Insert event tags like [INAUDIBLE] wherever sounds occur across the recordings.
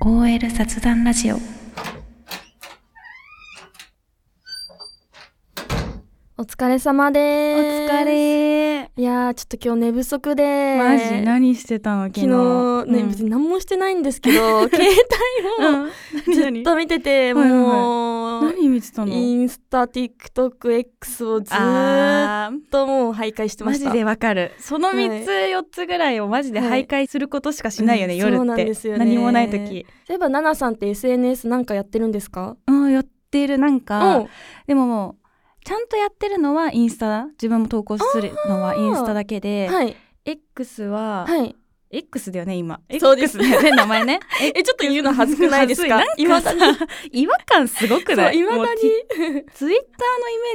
OL 雑談ラジオお疲れ様でおす。疲。れいやー、ちょっと今日寝不足で。マジ何してたの昨日昨日ね、別に何もしてないんですけど、 [LAUGHS] 携う帯んも [LAUGHS] うんず何っと見てて、はいはいはいもう、何見てたのインスタ、TikTok、X をずーっあーともう徘徊してまマしジた。でわかるそのは3いつ4つぐらいをマジではい徘徊することしかしないよね、うん夜ってそうなんですよね何もない時そういえば、ナナさんって SNS なんかやってるんですかうんやってるなんか、うん。でももうちゃんとやってるのはインスタ自分も投稿するのはインスタだけで、はい。 X は、はい。 X だよね今そうです X だよね名前 [LAUGHS] ねえ、ちょっと言うの [LAUGHS] 恥ずくな [LAUGHS] いですか恥ずいなんかさ違和感すごくそなう、いいま [LAUGHS] もうだに。ツイッターのイメ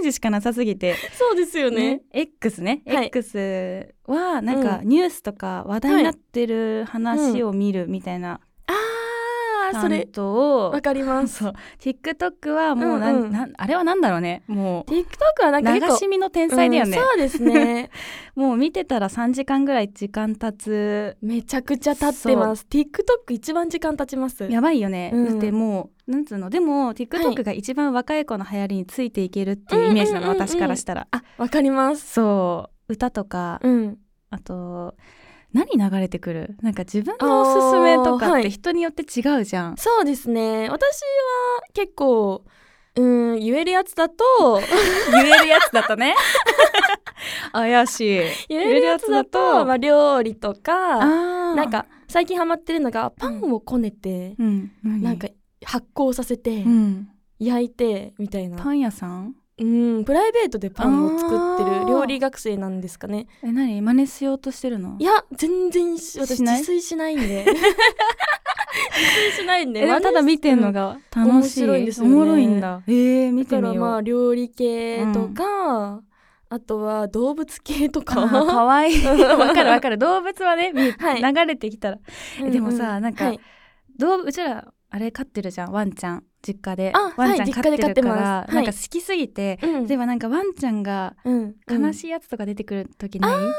ージしかなさすぎてそうですよね。 X ね、はい X はなんかうニュースとか話題になってる話を見るみたいなあー、そ担れ、当を、わかります。そう TikTok はもうなん、うんうんなんあれはなんだろうねもう TikTok はなんか結流構し見の天才だよね、うんそうです [LAUGHS] ねもう見てたら3時間ぐらい時間経つめちゃくちゃ経ってます TikTok 一番時間経ちますやばいよね、うんだってもうなんつうのでも TikTok が一番若い子の流行りについていけるっていうイメージなの、うんうんうんうん私からしたら、あわかりますそう歌とかうんあと何流れてくるなんか自分のおすすめとあーかはっいて人によって違うじゃん、そうですね私は結構うん言えるやつだと言えるやつだとね [LAUGHS] 怪しい [LAUGHS] 言えるやつだとまあ、料理とかあなん、か最近ハマってるのがパンをこねて、うん、何なんか発酵させてうん、焼いてみたいな、パン屋さんうん、プライベートでパンを作ってあるー料理学生なんですかねえ何真似しようとしてるのいや全然し私しない自炊しない [LAUGHS] んで自炊しないんでえでもただ見てんのが楽しい、面白いんですよねおもろいんだえー、見だかてみらようまあ料理系とか、あとは動物系とかあーかわいい [LAUGHS] わかるわかる動物はね、みはい流れてきたらうんえでもさなんかはいううちらあれ飼ってるじゃんワンちゃん実家であワンちゃはんい飼って実家るで飼ってかまら、すはいなんか好きすぎて、うんでもなんかワンちゃんがうん悲しいいやつとか出てくる時ない、ありま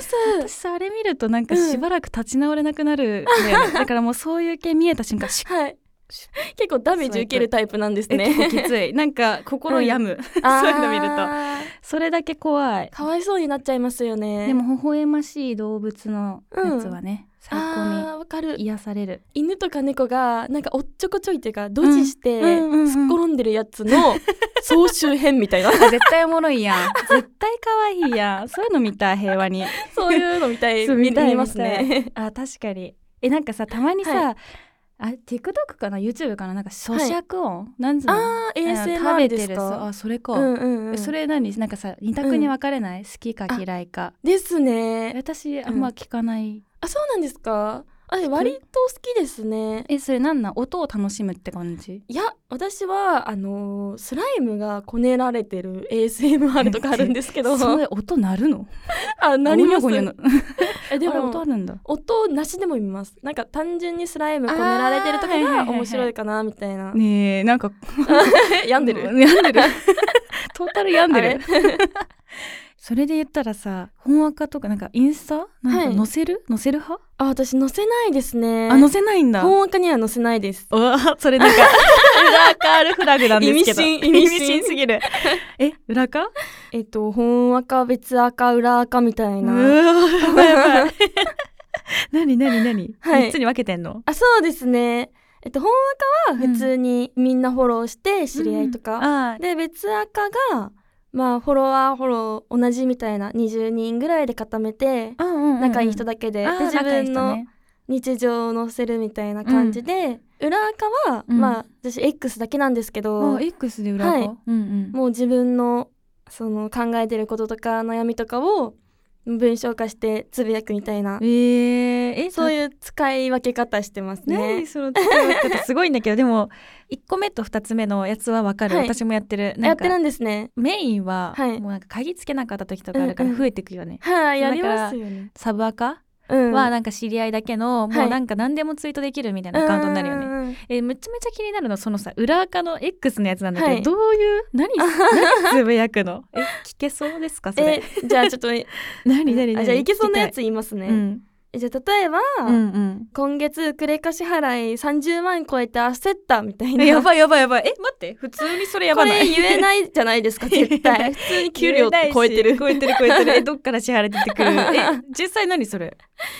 す私さあれ見るとなんかうんしばらく立ち直れなくなるんだよね、 [LAUGHS] だからもうそういう系見えた瞬間シュッはい結構ダメージ受けるタイプなんですえ結構ねきついなんか心病む、 [LAUGHS] [LAUGHS] あーそういうの見るとそれだけ怖いかわいそうになっちゃいますよねでも微笑ましい動物のやつはね、最あ高ーわかるに癒される犬とか猫がなんかおっちょこちょいっていうかドジしてうんうんうんうんすっ転んでる [LAUGHS] やつの総集編みたいなあ絶対おもろいやん [LAUGHS] 絶対可愛いやんそういうの見たい平和にそういうのみたいそう見見たい見ますねあ確かにえなんかさたまにさ、はあ TikTok かな YouTube かななんか咀嚼音、なんつうのあーあの ASMR で食べすてるさかあそれか、うんうんうんえそれ何なんかさ二択に分かれない、好きか嫌いかですえね私あんま聞かない、あそうなんですかあれ割と好きですねえそれなんなん音を楽しむって感じいや私はあのースライムがこねられてる ASMR とかあるんです [LAUGHS] けどそれ音鳴るのあなりますゴニョゴニョのえであれ音あもるんだ音なしでも見ますなんか単純にスライムこねられてるとあーはいはいはいかがはい面白いかなみたいな、ねえなんか病んでる [LAUGHS] 病んでるトータル病んであるれそれで言ったらさ本アカとかなんかインスタなんはかい載せる、載せる派、 [LAUGHS] あ私載せないですねあ載せないんだ本垢には載せないですうわそれなんか裏垢あるフラグなんですけど意味深意味深すぎるえ裏垢えっと本垢別垢裏垢みたいうな、わやばいやば [LAUGHS] い何何何、はい3つに分けてんのあそうですねえっと本垢は普通にみんなフォローして知り合いとか、あーで別赤がまあフォロワーフォロー同じみたいな20人ぐらいで固めてうんうんうん仲いい人だけで,、あーで自仲いい分人のね日常を載せるみたいな感じで、裏赤は、うんまあ私 X だけなんですけどあ X で裏垢、はいうんうんもう自分のその考えてることとか悩みとかを文章化してつぶやくみたいなえー、えそういう使い分け方してますね何。その使い分け方すごいんだけどでも1個目と2つ目のやつは分かる、はい私もやってるやなっんてかるんですね。メインは、はいもうなんか鍵つけなかった時とかあるからうんうん増えてくよね、はい、そうやりますよね。サブアカうんはなんか知り合いだけの、はいもうなんか何でもツイートできるみたいなアカウントになるよね、うんうんうんえーめちゃめちゃ気になるのはそのさ裏垢の X のやつなんだけど、はいどういう何何つぶやくのえ [LAUGHS] 聞けそうですかそれ [LAUGHS] え、じゃあちょっと何何あ何じゃあいけそうなやつ言いますね、聞きたいうんえじゃあ例えば、うんうん今月ウクレカ支払い30万超えて焦ったみたいなえ [LAUGHS] やばいやばいやばいえ待って普通にそれやばこなれい言えいないじゃないですか絶言え [LAUGHS] ない対普通に給料って超えてる超えてる超 [LAUGHS] えてるえどっから支払い出て [LAUGHS] くるえ実際何それ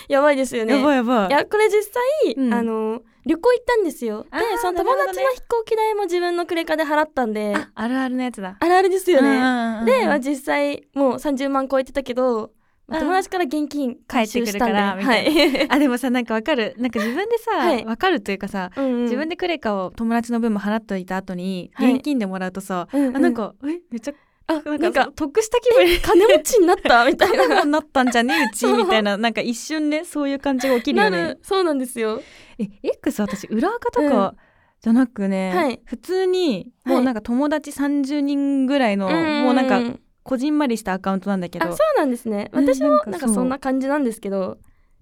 やばいですよねやばいやばいいやこれ実際、うんあの旅行行ったんですよであーそのなるほど友ね達の飛行機代も自分のクレカで払ったんでああるあるのやつだあるあるですようんうね、んうんうんで、まあ、実際もう30万超えてたけど、うまあん友達から現金返回って収くしるたかんでらみたいはい、なあでもさなんかわかるなんか自分でさ、はいわかるというかさ [LAUGHS] うんうん自分でクレカを友達の分も払っといた後にはい現金でもらうとさ、うんうんあなんかえめっちゃあなんなかんか得した気分に金持ちにな [LAUGHS] ったみたいなななったんじゃねうちみたいななんか一瞬ねそういう感じが起きるなよねる。そうなんですよえ X 私裏垢とかじゃなくね、はい普通にもうなんか友達30人ぐらいの、もうなんかこじんまりしたアカウントなんだけどあそうなんですねうん私もなんかそうなんかそんな感じなんですけど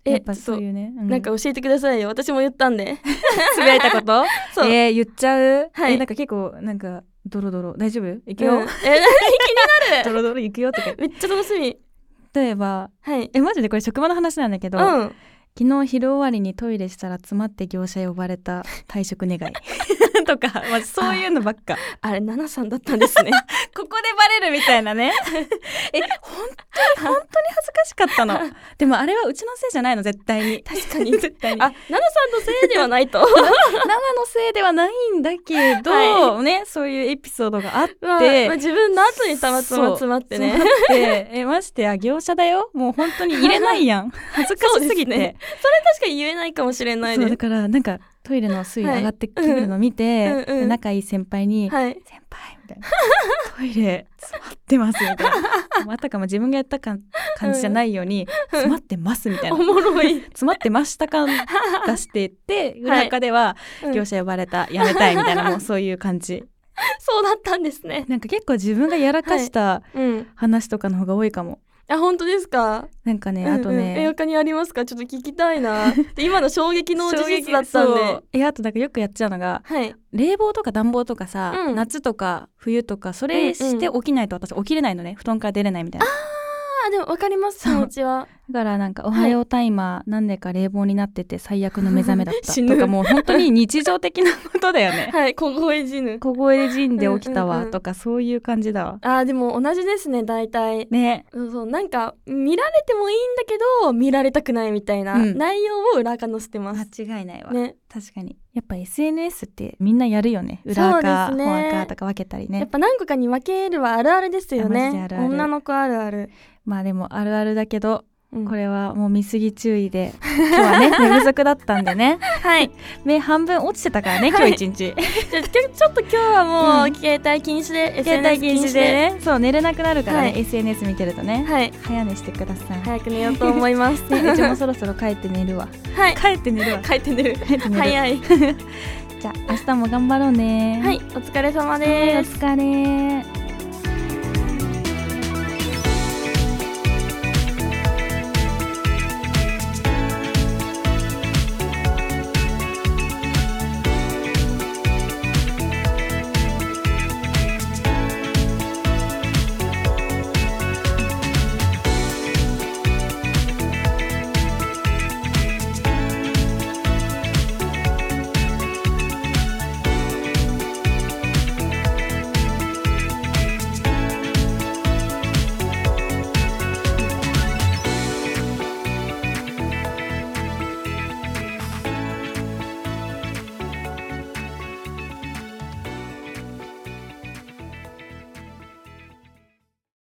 やえっぱちそょっうというね、うなんか教えてくださいよ私も言ったんでつぶやいた [LAUGHS] ことそう、えー言っちゃう、はいえなんか結構なんかドロドロ大丈夫いくよ、うんえ [LAUGHS] ドロドロいくよとかめっちゃ楽しみ例えばはいえマジでこれ職場の話なんだけど、うん昨日昼終わりにトイレしたら詰まって業者呼ばれた退職願い [LAUGHS] とか、まあ、そういうのばっかあれナナさんだったんです [LAUGHS] ねここでバレるみたいなね [LAUGHS] え本当に本当に恥ずかしかったの [LAUGHS] でもあれはうちのせいじゃないの絶対に確かに [LAUGHS] 絶対にあナナさんのせいではない [LAUGHS] と生のせいではないんだけ [LAUGHS] ど、はねそういうエピソードがあって、まあ、まあ自分の後にたまつまつまってそうねだってえましてや業者だよもう本当に入れないやん [LAUGHS] 恥ずかしすぎてそうで確かに言えないかもしれないそうだですからなんかトイレの水位上がってくるの見て、はいうんうんで仲いい先輩に「はい先輩」みたいな「トイレ詰まってます」みたいなあたかも自分がやったか感じじゃないように「詰まってます」みたいおな。もろい、詰まってました感出してって裏垢ではうん業者呼ばれた、やめたいみたい [LAUGHS] なもうそういう感じそうだったんですねなんか結構自分がやらかしたうん話とかの方が多いかもあ本当ですかなんかね、うんうんあとねえ他にありますかちょっと聞きたい [LAUGHS] なで今の衝撃の事実だったんそでうえあとなんかよくやっちゃうのがはい冷房とか暖房とかさ、うん夏とか冬とかそれして起きないと私起きれないのね布団から出れないみたいなあでもわかります気そう持ちはだからなんか「おはようタイマー」なんでか冷房になってて最悪の目覚めだっ [LAUGHS] た死ぬとかもう本当に日常的なことだよねはい小声死ぬ小声でんで起きたうんうんわうんとかそういう感じだわあーでも同じですね大体ねそうそうなんか見られてもいいんだけど見られたくないみたいなうん内容を裏垢載せてます、間違いないわ、ね確かにやっぱ SNS ってみんなやるよね裏垢、そうですね本垢とか分けたりやっねぱ何個かに分けるはあるあるですよあマジでねあるある女の子あるある、まあでもあるあるだけどうんこれはもう見過ぎ注意で今日 [LAUGHS] はね寝不足だったんでねはい目半分落ちてたからね今日一日、じゃあちょちょっと今日はもう、うん携帯禁止で携帯 SNS 禁止でねそう寝れなくなるからね、はい SNS 見てるとね、はい早寝してください、早く寝ようと思 [LAUGHS] いますねうちもそろそろ帰って寝る [LAUGHS] わはい帰って寝るわ書いて寝る帰って寝る早いじゃあ明日も頑張ろうねはい、お疲れ様はいおです。疲れ